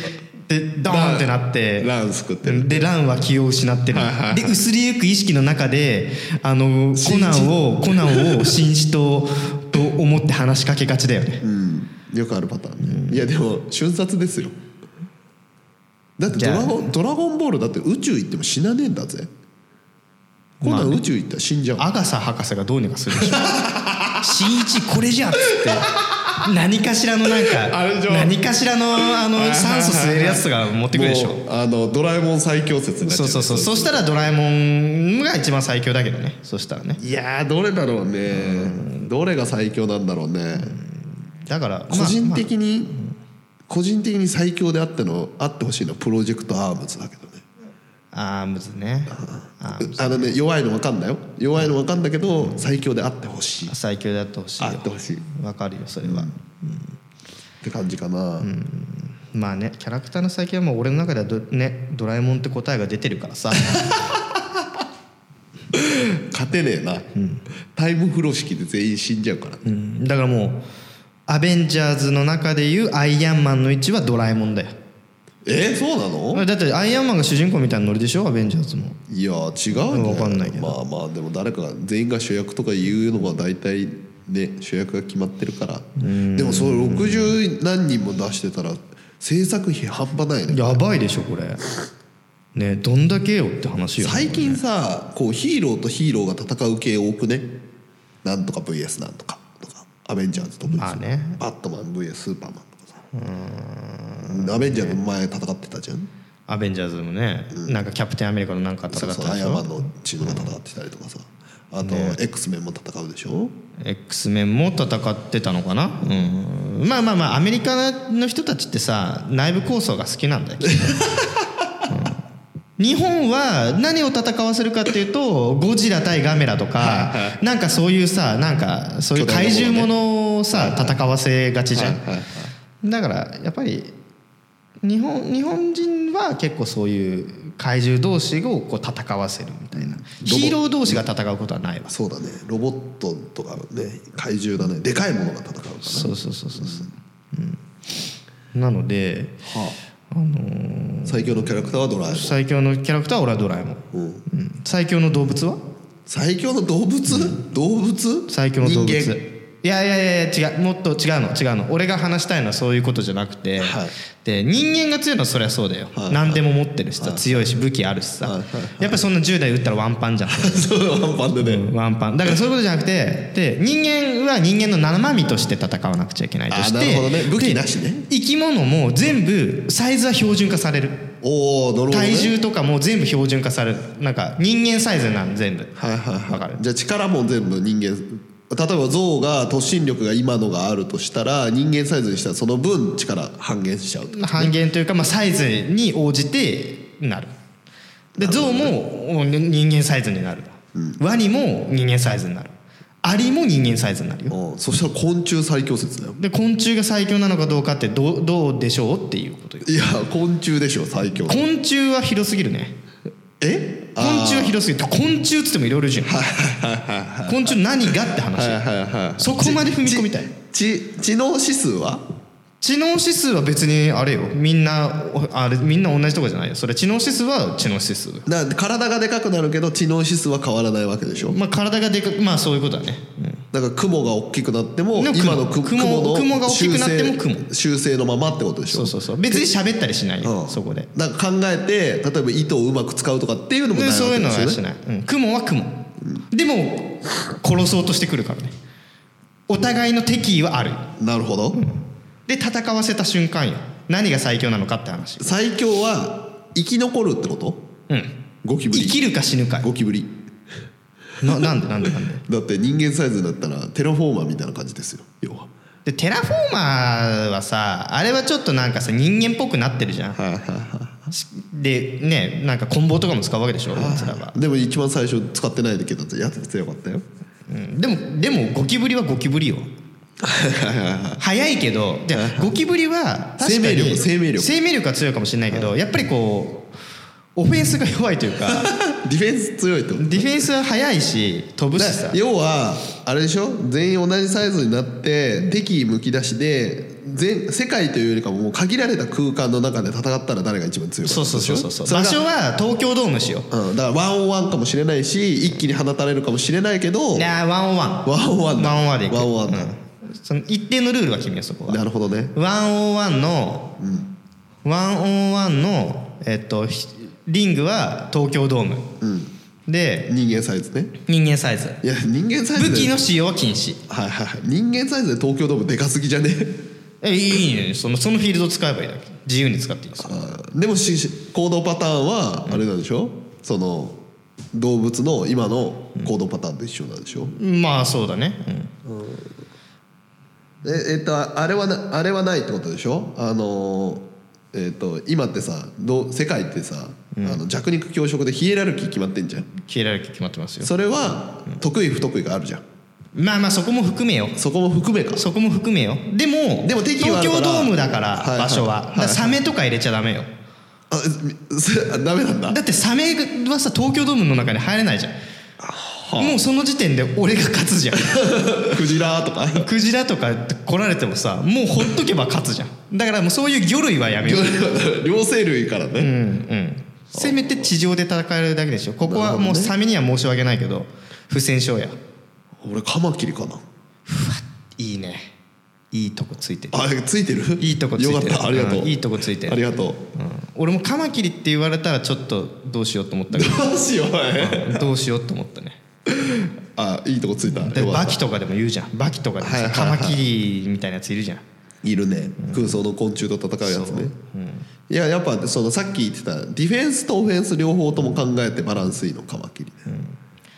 [SPEAKER 1] でドーンってなって
[SPEAKER 2] ラン作ってる
[SPEAKER 1] でランは気を失ってる
[SPEAKER 2] はいはいはい
[SPEAKER 1] で薄れゆく意識の中であのコナンをコナンを紳士とと思って話しかけがちだよね
[SPEAKER 2] うんよくあるパターンね、いやでも瞬殺ですよだって
[SPEAKER 1] じ
[SPEAKER 2] ド
[SPEAKER 1] ゃあ
[SPEAKER 2] ラゴン「ドラゴンボール」だって宇宙行っても死なねえんだぜコナ
[SPEAKER 1] まあ
[SPEAKER 2] ン
[SPEAKER 1] ね
[SPEAKER 2] 宇宙行ったら死んじゃう、
[SPEAKER 1] アガサ博士がどうにかするで しょ新一これじゃんっつって何かしらのなん
[SPEAKER 2] あれでし
[SPEAKER 1] か
[SPEAKER 2] ょ
[SPEAKER 1] 何かしらのあの酸素吸えるやつとか持ってくるでしょ
[SPEAKER 2] もうあのドラえもん最強説になっ
[SPEAKER 1] そ
[SPEAKER 2] ちゃ
[SPEAKER 1] ううそうそうそしたらドラえもんが一番最強だけどねそしたらね
[SPEAKER 2] いやーどれだろうね、どれが最強なんだろうね、
[SPEAKER 1] だから
[SPEAKER 2] 個人的に、個人的に最強であってのあってほしいのはプロジェクトアームズだけどね
[SPEAKER 1] アームズねアームズ
[SPEAKER 2] あのね弱いの分かんないよ弱いの分かんだけど、最強であってほしいっ
[SPEAKER 1] 最強であってほしい
[SPEAKER 2] あってほしい
[SPEAKER 1] わかるよそれは、
[SPEAKER 2] て感じかな、
[SPEAKER 1] まあねキャラクターの最強はもう俺の中ではどねドラえもんって答えが出てるから さ
[SPEAKER 2] 勝てねえな、タイム風呂式で全員死んじゃうからね、
[SPEAKER 1] うんだからもうアベンジャーズの中でいうアイアンマンの位置はドラえもんだよ
[SPEAKER 2] えーそうなの
[SPEAKER 1] だってアイアンマンが主人公みたいなノリでしょアベンジャーズも
[SPEAKER 2] いや違うんじゃ
[SPEAKER 1] わかんないけど
[SPEAKER 2] まあまあでも誰かが全員が主役とか言うのは大体ね主役が決まってるからでもそれ60何人も出してたら制作費半端ないね
[SPEAKER 1] やばいでしょこれねどんだけよって話よ
[SPEAKER 2] 最近さこうヒーローとヒーローが戦う系多くねなんとか VS なんとかとかアベンジャーズと VS、
[SPEAKER 1] まあね
[SPEAKER 2] バットマン VS スーパーマンとかさアベンジャーズの前戦ってたじゃん
[SPEAKER 1] アベンジャーズもね、なんかキャプテンアメリカのなんか戦
[SPEAKER 2] そ
[SPEAKER 1] っ
[SPEAKER 2] う
[SPEAKER 1] たで
[SPEAKER 2] そうアイ
[SPEAKER 1] し
[SPEAKER 2] アンマ
[SPEAKER 1] ょ
[SPEAKER 2] ンのチームが戦ってたりとかさあと、X メンも戦うでしょ
[SPEAKER 1] X メンも戦ってたのかな、うん、まあまあまあアメリカの人たちってさ内部抗争が好きなんだよ、きっとうん日本は何を戦わせるかっていうとゴジラ対ガメラとかなんかそういうさなんかそういう怪獣ものをさ戦わせがちじゃんだからやっぱり日本日本人は結構そういう怪獣同士をこう戦わせるみたいなヒーロー同士が戦うことはないわ
[SPEAKER 2] そうだねロボットとかね怪獣だねでかいものが戦うから、
[SPEAKER 1] そうそうそうそうそう、うん、なので、あのー
[SPEAKER 2] 最強のキャラクターはドラえもん
[SPEAKER 1] 最強のキャラクターは俺はドラえもん、
[SPEAKER 2] うん
[SPEAKER 1] うん最強の動物は
[SPEAKER 2] 最強の動物、動物
[SPEAKER 1] 最強の動物
[SPEAKER 2] 人間
[SPEAKER 1] いやいやいや違うもっと違うの違うの俺が話したいのはそういうことじゃなくて、
[SPEAKER 2] はい
[SPEAKER 1] で人間が強いのはそりゃそうだよ、
[SPEAKER 2] はい
[SPEAKER 1] 何でも持ってるしさ、強いし武器あるしさ、
[SPEAKER 2] はいはい
[SPEAKER 1] やっぱそんな10代打ったらワンパンじゃん
[SPEAKER 2] そうワンパンでね、
[SPEAKER 1] ワンパンだからそういうことじゃなくてで人間は人間の生身として戦わなくちゃいけないと
[SPEAKER 2] あ
[SPEAKER 1] して
[SPEAKER 2] なるほどね武器なしね
[SPEAKER 1] 生き物も全部サイズは標準化される
[SPEAKER 2] おおなるほど、ね、
[SPEAKER 1] 体重とかも全部標準化されるなんか人間サイズになる全部
[SPEAKER 2] はいはい
[SPEAKER 1] わ
[SPEAKER 2] は
[SPEAKER 1] か
[SPEAKER 2] い
[SPEAKER 1] る
[SPEAKER 2] じゃあ力も全部人間例えば象が突進力が今のがあるとしたら人間サイズにしたらその分力半減しちゃうと
[SPEAKER 1] 半減というか、まあ、サイズに応じてなるで象も人間サイズになる、ワニも人間サイズになるアリも人間サイズになるよ
[SPEAKER 2] おーそしたら昆虫最強説だよ
[SPEAKER 1] で昆虫が最強なのかどうかってどうどうでしょうっていうことよ
[SPEAKER 2] いや昆虫でしょ最強
[SPEAKER 1] 昆虫は広すぎるね
[SPEAKER 2] え
[SPEAKER 1] 昆虫は広すぎる昆虫っつってもいろいろいるじゃん昆虫何がって話
[SPEAKER 2] はいはいはい
[SPEAKER 1] そこまで踏み込みたい
[SPEAKER 2] 知知能指数は
[SPEAKER 1] 知能指数は別にあれよみんなおあれみんな同じとこじゃないよそれ知能指数は知能指数
[SPEAKER 2] な体がでかくなるけど知能指数は変わらないわけでしょ
[SPEAKER 1] まあ体がでかくまあそういうことだね、
[SPEAKER 2] だから雲が大きくなっても
[SPEAKER 1] でも
[SPEAKER 2] 今の
[SPEAKER 1] 雲
[SPEAKER 2] く雲の
[SPEAKER 1] 雲が大きくなっても
[SPEAKER 2] 修正
[SPEAKER 1] 雲
[SPEAKER 2] 修正のままってことでしょ
[SPEAKER 1] そうそうそう別に喋ったりしないよ、
[SPEAKER 2] うん
[SPEAKER 1] そこで
[SPEAKER 2] なんか考えて例えば糸をうまく使うとかっていうのもない
[SPEAKER 1] で
[SPEAKER 2] わ
[SPEAKER 1] そうい
[SPEAKER 2] け
[SPEAKER 1] うの
[SPEAKER 2] で
[SPEAKER 1] は
[SPEAKER 2] すよね
[SPEAKER 1] しない、うん、雲は雲、でも殺そうとしてくるからねお互いの敵意はある
[SPEAKER 2] なるほど、
[SPEAKER 1] で戦わせた瞬間よ何が最強なのかって話
[SPEAKER 2] 最強は生き残るってこと
[SPEAKER 1] うん
[SPEAKER 2] ゴキブ
[SPEAKER 1] 生
[SPEAKER 2] リ
[SPEAKER 1] きるか死ぬかよ
[SPEAKER 2] ゴキブリ
[SPEAKER 1] ななんでなんでなんで
[SPEAKER 2] だって人間サイズになったらテラフォーマーみたいな感じですよ要は
[SPEAKER 1] でテラフォーマーはさあれはちょっとなんかさ人間っぽくなってるじゃん
[SPEAKER 2] はいはいは
[SPEAKER 1] でねなんか棍棒とかも使うわけでしょやつらは、
[SPEAKER 2] いでも一番最初使ってないけどやって強かったよ
[SPEAKER 1] うん、でもでもゴキブリはゴキブリよ早いけどでゴキブリは確かに
[SPEAKER 2] 生命力生命力
[SPEAKER 1] 生命力は強いかもしれないけどやっぱりこうオフェンスが弱いという か
[SPEAKER 2] ディフェンス強いってこと
[SPEAKER 1] ディフェンスは速いし飛ぶしさ
[SPEAKER 2] だ要はあれでしょ全員同じサイズになって敵意むき出しで全世界というよりかももう限られた空間の中で戦ったら誰が一番強いか
[SPEAKER 1] そうそうそうそうそう
[SPEAKER 2] それ
[SPEAKER 1] 場
[SPEAKER 2] が
[SPEAKER 1] 所は東京ドームしよ
[SPEAKER 2] うん、だからワンオンワンかもしれないし一気に放たれるかもしれないけど
[SPEAKER 1] ういやーワンオンワン
[SPEAKER 2] ワンオンワンだ
[SPEAKER 1] ワンオンワンでいく
[SPEAKER 2] ワンオンワンだ
[SPEAKER 1] うんその一定のルールは決めようそこは
[SPEAKER 2] なるほどね
[SPEAKER 1] ワンオンワンの、ワンオンワンの、えっと、ひリングは東京ドーム、で
[SPEAKER 2] 人間サイズね
[SPEAKER 1] 人間サイズ
[SPEAKER 2] いや人間サイズで
[SPEAKER 1] 武器の使用は禁止
[SPEAKER 2] はいはいはい人間サイズで東京ドームでかすぎじゃね
[SPEAKER 1] えいいねそのそのフィールド使えばいいだけ自由に使っていいですよ
[SPEAKER 2] あーでもしし行動パターンはあれなんでしょ、その動物の今の行動パターンと一緒なんでしょ、
[SPEAKER 1] まあそうだね、うん
[SPEAKER 2] ええっとああれはなあれはないってことでしょあのーえっと今ってさどう世界ってさ、あの弱肉強食でヒエラルキー決まってんじゃん
[SPEAKER 1] 消えられる決まってますよ
[SPEAKER 2] それは得意不得意があるじゃん
[SPEAKER 1] まあまあそこも含めよ
[SPEAKER 2] そこも含めか
[SPEAKER 1] そこも含めよでも
[SPEAKER 2] でも敵はあ
[SPEAKER 1] 東
[SPEAKER 2] るから
[SPEAKER 1] 京ドームだから、
[SPEAKER 2] はいはい
[SPEAKER 1] 場所は、だから
[SPEAKER 2] はいはい
[SPEAKER 1] サメとか入れちゃダメよ
[SPEAKER 2] あすダメ なんだ
[SPEAKER 1] だってサメはさ東京ドームの中に入れないじゃん、もうその時点で俺が勝つじゃん
[SPEAKER 2] クジラとか
[SPEAKER 1] クジラとか来られてもさもうほっとけば勝つじゃんだからもうそういう魚類はやめよう、
[SPEAKER 2] 両生類からね、
[SPEAKER 1] うんうん、せめて地上で戦えるだけでしょここはもうサメには申し訳ないけど不戦勝や
[SPEAKER 2] 俺カマキリかない
[SPEAKER 1] いねいいとこついてる、
[SPEAKER 2] あついてる
[SPEAKER 1] いいとこついてる
[SPEAKER 2] よかったありがとう、
[SPEAKER 1] うんいいとこついてる
[SPEAKER 2] ありがと
[SPEAKER 1] う
[SPEAKER 2] う
[SPEAKER 1] ん、俺もカマキリって言われたらちょっとどうしようと思った け
[SPEAKER 2] どうしようおい
[SPEAKER 1] どどうしようと思ったね
[SPEAKER 2] あいいとこついた
[SPEAKER 1] で
[SPEAKER 2] よか
[SPEAKER 1] バ
[SPEAKER 2] っ
[SPEAKER 1] キとかでも言うじゃんバキとかでもさ
[SPEAKER 2] はいはい
[SPEAKER 1] カ
[SPEAKER 2] は
[SPEAKER 1] マ
[SPEAKER 2] い
[SPEAKER 1] キリみたいなやついるじゃん
[SPEAKER 2] たいるね、空想の昆虫と戦うやつね、いややっぱそのさっき言ってたディフェンスとオフェンス両方とも考えてバランスいいのカマキリ、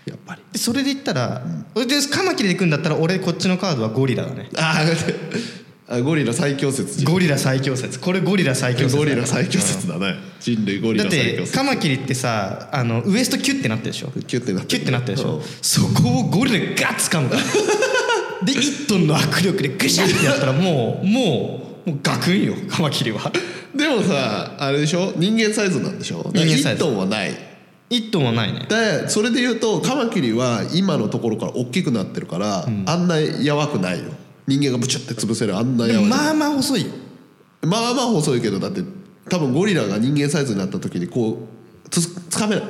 [SPEAKER 2] やっぱり
[SPEAKER 1] でそれで言ったら、でカマキリで行くんだったら俺こっちのカードはゴリラだね
[SPEAKER 2] あ あゴリラ最強説じゃん
[SPEAKER 1] ゴリラ最強説これゴリラ最強説
[SPEAKER 2] ゴリラ最強説だね人類ゴリ
[SPEAKER 1] だっ
[SPEAKER 2] ラ最強
[SPEAKER 1] て
[SPEAKER 2] 説
[SPEAKER 1] カマキリってさあのウエストキュッてなってるでしょ
[SPEAKER 2] キュッてなって
[SPEAKER 1] キュ
[SPEAKER 2] る
[SPEAKER 1] ッてなってるでし
[SPEAKER 2] う
[SPEAKER 1] ょ
[SPEAKER 2] ん
[SPEAKER 1] そこをゴリラガッつかむから で1トンの握力でグシャってやったらもうもうもうガクンよカマキリは
[SPEAKER 2] でもさあれでしょ人間サイズなんでしょ
[SPEAKER 1] 人間サイズ
[SPEAKER 2] 1トンはない
[SPEAKER 1] 1トンはないね
[SPEAKER 2] でそれで言うとカマキリは今のところから大きくなってるから、あんなやわくないよ人間がブチュって潰せるあんな
[SPEAKER 1] で
[SPEAKER 2] や
[SPEAKER 1] も
[SPEAKER 2] わく
[SPEAKER 1] まあまあ細いよ
[SPEAKER 2] まあまあ細いけどだって多分ゴリラが人間サイズになった時にこうつつかめない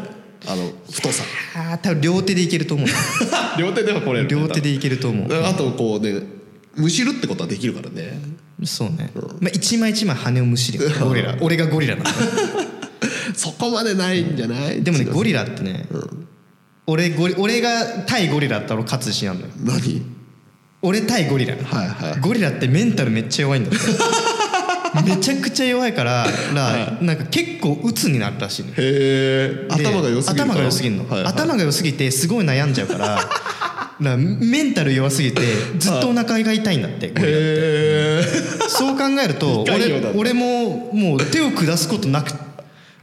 [SPEAKER 2] あの太さ
[SPEAKER 1] ああ多分両手でいけると思う
[SPEAKER 2] 両手ではこれる
[SPEAKER 1] 両手でいけると思う
[SPEAKER 2] あとこうねむしるってことはできるからね
[SPEAKER 1] そうね、まあ、一枚一枚羽をむしるよゴリラ俺がゴリラなんだ
[SPEAKER 2] そこまでないんじゃない、
[SPEAKER 1] でもねゴ
[SPEAKER 2] リ
[SPEAKER 1] リラってね、俺ゴリ俺が対ゴリラだったら俺勝つ自信あるのよ
[SPEAKER 2] 何
[SPEAKER 1] 俺対ゴリラ、
[SPEAKER 2] はいはい
[SPEAKER 1] ゴリラってメンタルめっちゃ弱いんだって めちゃくちゃ弱いかららなんか結構鬱になるらしいのよ
[SPEAKER 2] へえ
[SPEAKER 1] で
[SPEAKER 2] 頭が良すぎる
[SPEAKER 1] 頭が良すぎるの、
[SPEAKER 2] はいはい
[SPEAKER 1] 頭が良すぎてすごい悩んじゃうから なメンタル弱すぎてずっとお腹が痛いんだって、ゴリラ
[SPEAKER 2] へえ
[SPEAKER 1] そう考えると
[SPEAKER 2] 理解用だ
[SPEAKER 1] 俺俺ももう手を下すことなく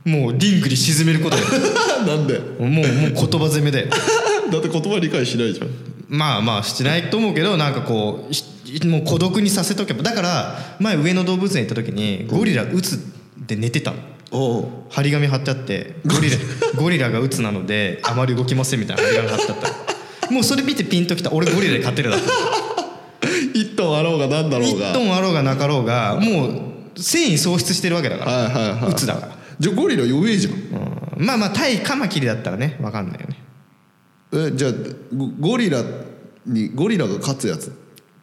[SPEAKER 1] もうリングに沈めることだよ
[SPEAKER 2] なんで
[SPEAKER 1] もうもう言葉攻めで
[SPEAKER 2] だって言葉理解しないじゃん
[SPEAKER 1] まあまあしてないと思うけどなんかこうひもう孤独にさせとけばだから前上野動物園行った時にゴリラ鬱で寝てたの
[SPEAKER 2] おう
[SPEAKER 1] 張り紙貼ってあってゴ リラゴリラが鬱なのであまり動きませんみたいな張り紙貼ってあったもうそれ見てピンときた俺ゴリラで勝てるだろ
[SPEAKER 2] 一トンあろうがなんだろうが
[SPEAKER 1] 1トンあろうがなかろうがもう繊維喪失してるわけだから、
[SPEAKER 2] はいはいはい
[SPEAKER 1] 鬱だから
[SPEAKER 2] じゃあゴリラ弱えじゃん
[SPEAKER 1] うんまあまあ対カマキリだったらね分かんないよね
[SPEAKER 2] えじゃあゴゴリラにゴリラが勝つやつ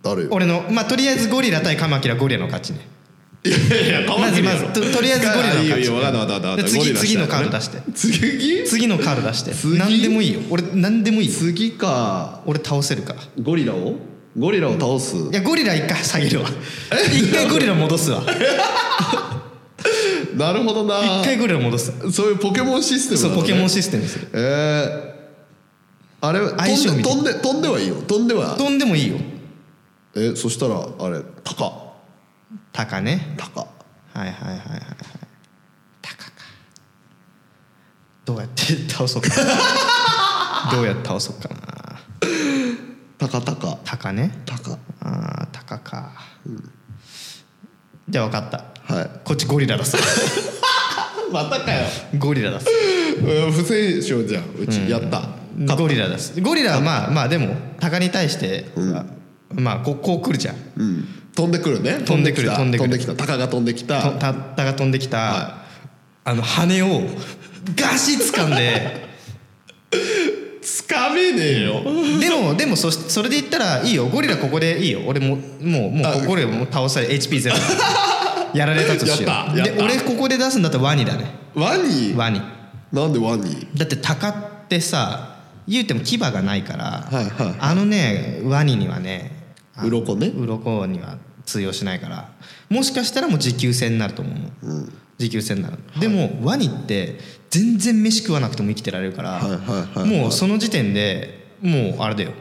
[SPEAKER 2] 誰よ
[SPEAKER 1] 俺のまあとりあえずゴリラ対カマキリはゴリラの勝ちね
[SPEAKER 2] いや
[SPEAKER 1] まずまずととりあえずゴリラの勝ち
[SPEAKER 2] いいよいいよ分かった分かった分かった
[SPEAKER 1] で次
[SPEAKER 2] ゴリラした
[SPEAKER 1] 次
[SPEAKER 2] ら
[SPEAKER 1] のカード出して
[SPEAKER 2] 次
[SPEAKER 1] 次のカード出して
[SPEAKER 2] 次
[SPEAKER 1] 何でもいいよ俺何でもいいよ
[SPEAKER 2] 次か
[SPEAKER 1] 俺倒せるから
[SPEAKER 2] ゴリラをゴリラを倒す
[SPEAKER 1] いやゴリラ一回下げるわ一回ゴリラ戻すわ
[SPEAKER 2] なるほどな
[SPEAKER 1] 一回ゴリラ戻す
[SPEAKER 2] そういうポケモンシステム
[SPEAKER 1] そう
[SPEAKER 2] な
[SPEAKER 1] ポ
[SPEAKER 2] のね
[SPEAKER 1] ケモンシステムする
[SPEAKER 2] えーあれ
[SPEAKER 1] 相性
[SPEAKER 2] 飛ん
[SPEAKER 1] み
[SPEAKER 2] で
[SPEAKER 1] たい
[SPEAKER 2] 飛んで飛んではいいよ飛んでは
[SPEAKER 1] 飛んでもいいよ
[SPEAKER 2] えそしたらあれタカ
[SPEAKER 1] タカね
[SPEAKER 2] タカ
[SPEAKER 1] はいはいはいはいはいタカかどうやって倒そうかな どうやって倒そうかな
[SPEAKER 2] タカタカ
[SPEAKER 1] タカね
[SPEAKER 2] タカ
[SPEAKER 1] ああタカか、じゃあ分かった
[SPEAKER 2] は
[SPEAKER 1] こっちゴリラ出す
[SPEAKER 2] い またかよ
[SPEAKER 1] ゴリラ出す
[SPEAKER 2] 不戦勝じゃんうち、やった
[SPEAKER 1] ゴリラ出すゴリラはまあまあでもタカに対して、まあこうこう来るじゃん
[SPEAKER 2] うん飛んでくるね
[SPEAKER 1] 飛んでくる
[SPEAKER 2] 飛ん
[SPEAKER 1] 飛んで
[SPEAKER 2] できた飛んできたタカが飛んでき
[SPEAKER 1] と
[SPEAKER 2] た
[SPEAKER 1] タタが飛んできた、あの羽をガシッ掴んで
[SPEAKER 2] つかめねえよ
[SPEAKER 1] でもでもそしそれで言ったらいいよゴリラここでいいよ俺ももうもうゴリラもう倒され HP ゼロやられたとしよ
[SPEAKER 2] やった
[SPEAKER 1] う
[SPEAKER 2] や
[SPEAKER 1] で
[SPEAKER 2] った
[SPEAKER 1] 俺ここで出すんだったらワニだね
[SPEAKER 2] ワニ
[SPEAKER 1] ワニ
[SPEAKER 2] なんでワニ
[SPEAKER 1] だってタカってさ言うても牙がないから、
[SPEAKER 2] いはい
[SPEAKER 1] あのねワニにはねあの
[SPEAKER 2] 鱗ね
[SPEAKER 1] 鱗には通用しないからもしかしたらもう持久戦になると思うの、持久戦になる、でもワニって全然飯食わなくても生きてられるから、
[SPEAKER 2] はいはいはいはい
[SPEAKER 1] もうその時点でもうあれだよ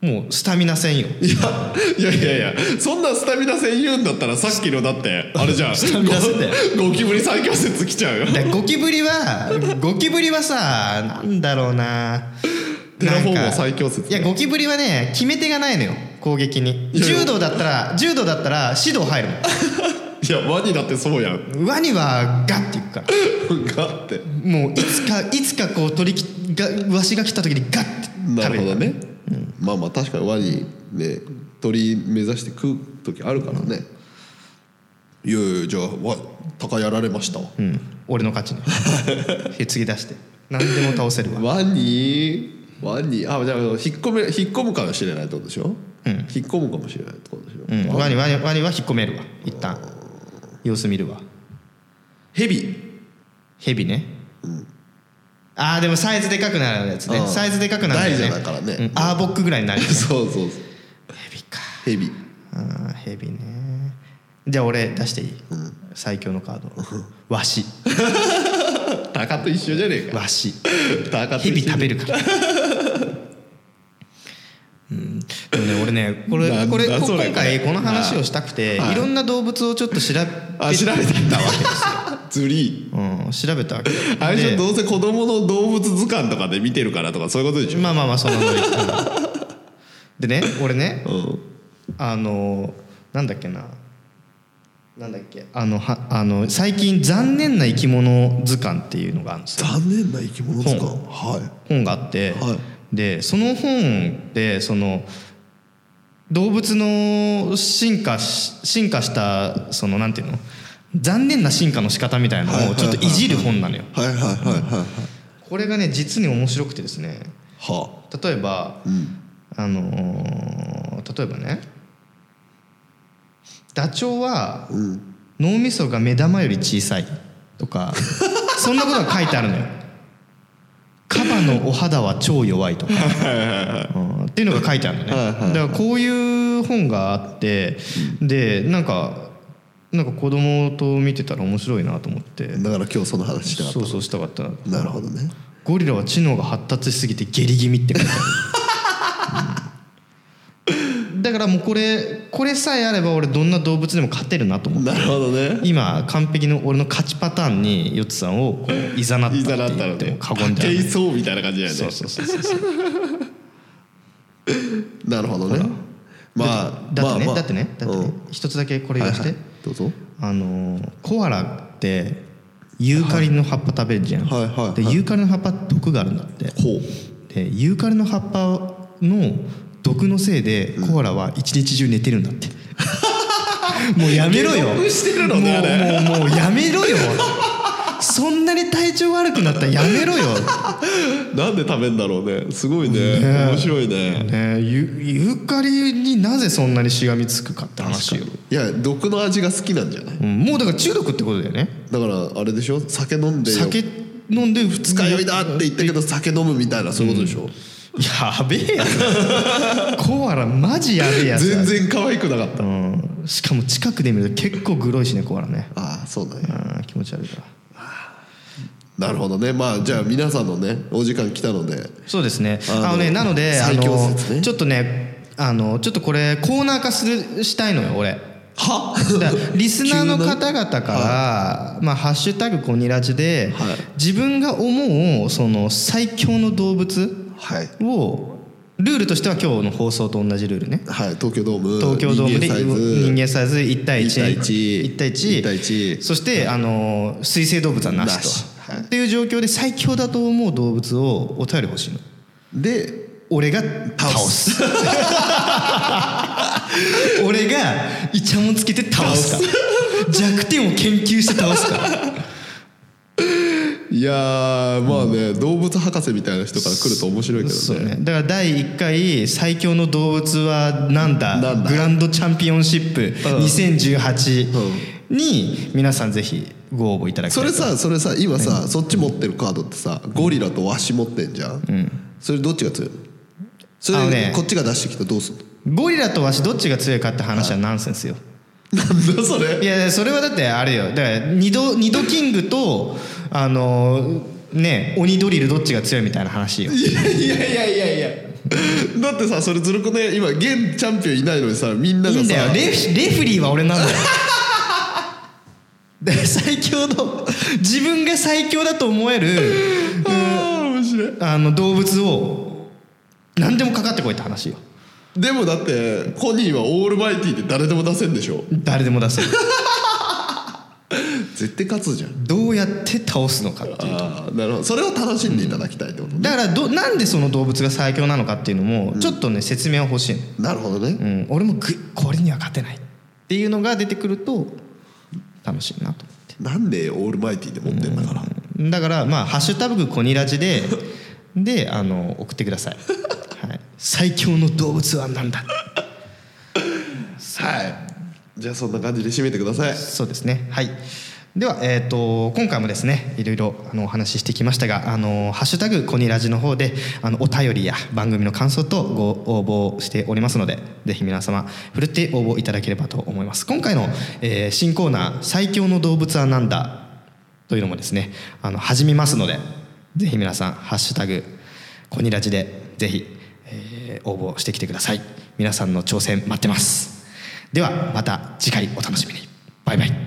[SPEAKER 1] もうスタミナ 戦よ
[SPEAKER 2] いやいやいやいやそんなスタミナ戦言うんだったらさっきのだ ってあれじゃん
[SPEAKER 1] スタミナ戦だよ
[SPEAKER 2] ゴゴキブリ最強説来ちゃうよ
[SPEAKER 1] だからゴキブリはゴキブリはさなんだろうな
[SPEAKER 2] テラフォーマー
[SPEAKER 1] なんか
[SPEAKER 2] 最強説
[SPEAKER 1] いやゴキブリはね決め手がないのよ攻撃に
[SPEAKER 2] いやいや
[SPEAKER 1] 柔道だったら柔道だったら指導入る
[SPEAKER 2] いやワニだってそうやん
[SPEAKER 1] もんワニはガッていくから
[SPEAKER 2] がって
[SPEAKER 1] もういつかいつかこう取りきがわしが来た時にガッて食べる
[SPEAKER 2] なるほどね、まあまあ確かにワニね鳥目指して食う時あるからね、いやいやじゃあわタカやられましたわ、
[SPEAKER 1] うん俺の 勝ちねえ次出して何でも倒せるわ
[SPEAKER 2] ワニワニあじゃあ引っ込め引っ込むかもしれないってことでしょ、
[SPEAKER 1] うん
[SPEAKER 2] 引っ込むかもしれないってことでしょ、
[SPEAKER 1] うんワニワニワニは引っ込めるわ一旦様子見るわ
[SPEAKER 2] ヘビ
[SPEAKER 1] ヘビね、ああでもサイズでかくなるやつね
[SPEAKER 2] うん
[SPEAKER 1] サイズでかくなるやつね
[SPEAKER 2] 大蛇だからね
[SPEAKER 1] うんアーボックぐらいになる やつ
[SPEAKER 2] そうそうそう
[SPEAKER 1] ヘビか
[SPEAKER 2] ヘビ
[SPEAKER 1] あーヘビねじゃあ俺出していい、最強のカードワシ
[SPEAKER 2] タカと一緒じゃねえか
[SPEAKER 1] ワシ
[SPEAKER 2] タカと
[SPEAKER 1] ヘビ
[SPEAKER 2] 一緒
[SPEAKER 1] 食べるからうん、でもね俺ねこ
[SPEAKER 2] な
[SPEAKER 1] れ
[SPEAKER 2] んだ
[SPEAKER 1] これこ
[SPEAKER 2] それ
[SPEAKER 1] 今回この話をしたくて
[SPEAKER 2] はい
[SPEAKER 1] いろんな動物をちょっと調べ
[SPEAKER 2] あ調べてきたわズリ
[SPEAKER 1] うん、調べたわけ
[SPEAKER 2] ーあれじゃ
[SPEAKER 1] で
[SPEAKER 2] どうせ子供の動物図鑑とかで見てるからとかそういうことでしょ、
[SPEAKER 1] まあまあまあそんなノリうんでね俺ね
[SPEAKER 2] うん、
[SPEAKER 1] あのなんだっけななんだっけあのはあの最近「残念な生き物図鑑」っていうのがあるんですよ
[SPEAKER 2] 残念な生き物図鑑
[SPEAKER 1] 本
[SPEAKER 2] は
[SPEAKER 1] 本があって、
[SPEAKER 2] は
[SPEAKER 1] でその本でその動物の進化し進化したそのなんていうの残念な進化の仕方みたいなのをちょっといじる本なのよ。
[SPEAKER 2] いはいはいはいはいはい
[SPEAKER 1] これがね実に面白くてですね
[SPEAKER 2] は
[SPEAKER 1] 例えば
[SPEAKER 2] あ、うん、
[SPEAKER 1] あのー例えばねダチョウは
[SPEAKER 2] うん、
[SPEAKER 1] 脳みそが目玉より小さいと かそんなことが書いてあるのよカバのお肌は超弱いとかうんっていうのが書いてあるのね
[SPEAKER 2] はいはいはい
[SPEAKER 1] だからこういう本があってでなんかなんか子供と見てたら面白いなと思って
[SPEAKER 2] だから今日その話しなか
[SPEAKER 1] そ
[SPEAKER 2] っ
[SPEAKER 1] うそうしたかったな
[SPEAKER 2] たなるほどね
[SPEAKER 1] ゴリラは知能が発達しすぎて下痢気味って書いてあるうんだからもうこれこれさえあれば俺どんな動物でも勝てるなと思って
[SPEAKER 2] なるほどね
[SPEAKER 1] 今完璧の俺の勝ちパターンにヨッツさんをこういざなったっ
[SPEAKER 2] い
[SPEAKER 1] て
[SPEAKER 2] ざなった
[SPEAKER 1] 言
[SPEAKER 2] ら
[SPEAKER 1] っても
[SPEAKER 2] ね
[SPEAKER 1] 過言じゃ
[SPEAKER 2] い
[SPEAKER 1] ない
[SPEAKER 2] そうみたいな感じだよね
[SPEAKER 1] そうそうそうそう
[SPEAKER 2] なるほどねまあ
[SPEAKER 1] だって
[SPEAKER 2] まあま
[SPEAKER 1] ね
[SPEAKER 2] あ
[SPEAKER 1] だってねだって
[SPEAKER 2] うん
[SPEAKER 1] ね一つだけこれ
[SPEAKER 2] は
[SPEAKER 1] 言
[SPEAKER 2] い
[SPEAKER 1] わせ
[SPEAKER 2] はい
[SPEAKER 1] て
[SPEAKER 2] どうぞ
[SPEAKER 1] あのーコアラってユーカリの葉っぱ食べるじゃん
[SPEAKER 2] はいはいはいはい
[SPEAKER 1] でユーカリの葉っぱ毒があるんだって
[SPEAKER 2] ほう
[SPEAKER 1] でユーカリの葉っぱの毒のせいでコアラは一日中寝てるんだ って、もうやめろよ
[SPEAKER 2] 解毒してるのねあ
[SPEAKER 1] もうもうもうやめろよそんなに体調悪くなったらやめろよ、
[SPEAKER 2] なんで食べんだろうねすごいね
[SPEAKER 1] ね
[SPEAKER 2] 面白いね
[SPEAKER 1] ね、ユユーカリになぜそんなにしがみつくかって話よ、
[SPEAKER 2] いや毒の味が好きなんじゃない
[SPEAKER 1] うん、もうだから中毒ってことだよね
[SPEAKER 2] だからあれでしょ酒飲んでよ
[SPEAKER 1] 酒飲んで二
[SPEAKER 2] 二日酔いだって言ったけど酒飲むみたいなそういうことでしょ、
[SPEAKER 1] やべえやつコアラマジやべえやつだ
[SPEAKER 2] 全然可愛くなかった
[SPEAKER 1] うん、しかも近くで見ると結構グロいしねコアラね
[SPEAKER 2] ああそうだね
[SPEAKER 1] あー気持ち悪いから
[SPEAKER 2] なるほどねまあじゃあ皆さんのねお時間来たので
[SPEAKER 1] そうですね
[SPEAKER 2] あの
[SPEAKER 1] あのねなのであ
[SPEAKER 2] 最強
[SPEAKER 1] の
[SPEAKER 2] 説ね
[SPEAKER 1] ちょっとねあのちょっとこれコーナー化するしたいのよ俺
[SPEAKER 2] は
[SPEAKER 1] だからリスナーの方 々から「まあ、ハッシュタグコニラジで」
[SPEAKER 2] はい
[SPEAKER 1] 自分が思うその最強の動物
[SPEAKER 2] はい
[SPEAKER 1] をルールとしては今日の放送と同じルールね
[SPEAKER 2] はい東京ドーム
[SPEAKER 1] 東京ドームで
[SPEAKER 2] 人間サイズ
[SPEAKER 1] 人間サイズ1対
[SPEAKER 2] 1
[SPEAKER 1] 1
[SPEAKER 2] 1
[SPEAKER 1] 1対1
[SPEAKER 2] 1対1
[SPEAKER 1] そして、あの水生動物はな
[SPEAKER 2] なし
[SPEAKER 1] しと、
[SPEAKER 2] はい
[SPEAKER 1] っていう状況で最強だと思う動物をお便り欲しいの
[SPEAKER 2] で
[SPEAKER 1] 俺が倒す 俺がイチャモンつけて倒すから弱点を研究して倒す から
[SPEAKER 2] いやーまあね、動物博士みたいな人から来ると面白いけ
[SPEAKER 1] そう
[SPEAKER 2] どね
[SPEAKER 1] ねだから第1回最強の動物はなんだ
[SPEAKER 2] なんだ
[SPEAKER 1] グランドチャンピオンシップ2018に皆さんぜひご応募いただきた
[SPEAKER 2] そ
[SPEAKER 1] いと
[SPEAKER 2] れさそれさ今さ、そっち持ってるカードってさゴリラとワシ持ってんじゃん、それどっちが強いのそ
[SPEAKER 1] あ
[SPEAKER 2] れ、
[SPEAKER 1] のね
[SPEAKER 2] こっちが出してきたらどうすんの
[SPEAKER 1] ゴリラとワシどっちが強いかって話はナンセンスよ
[SPEAKER 2] なんだそれ
[SPEAKER 1] いやいやそれはだってあれよだから二度二度キングとあのね鬼ドリルどっちが強いみたいな話よ
[SPEAKER 2] いやいやいやいやいやだってさそれずるくね今現チャンピオンいないのにさみんなが
[SPEAKER 1] い
[SPEAKER 2] さ
[SPEAKER 1] いんだよレフレフリーは俺なんだ よで最強の自分が最強だと思える
[SPEAKER 2] あー面白い
[SPEAKER 1] あの動物を何でもかかってこいって話よ
[SPEAKER 2] でもだってコニーはオールマイティーで誰でも出せんでしょ
[SPEAKER 1] 誰でも出せ る
[SPEAKER 2] 絶対勝つじゃん
[SPEAKER 1] どうやって倒すのかっていう
[SPEAKER 2] ああなるほどそれを楽しんでいただきたいってことね、
[SPEAKER 1] だからどなんでその動物が最強なのかっていうのもちょっとね説明は欲しいの
[SPEAKER 2] なるほどね
[SPEAKER 1] うん、俺もぐこれには勝てないっていうのが出てくると楽しいなと思って
[SPEAKER 2] なんでオールマイティーで持ってんだから
[SPEAKER 1] だからまあ「ハッシュタグコニラジで」であの送ってください、はい、最強の動物は何だ
[SPEAKER 2] はいじゃあそんな感じで締めてください
[SPEAKER 1] そうですねはいでは、えー、と今回もですねいろいろあのお話ししてきましたが「あのハッシュタグコニラジ」の方であのお便りや番組の感想とご応募しておりますのでぜひ皆様ふるって応募いただければと思います今回の、えー新コーナー「最強の動物は何だ?」というのもですねあの始めますのでぜひ皆さん「ハッシュタグコニラジ」でぜひ、えー応募してきてください皆さんの挑戦待ってますではまた次回お楽しみにバイバイ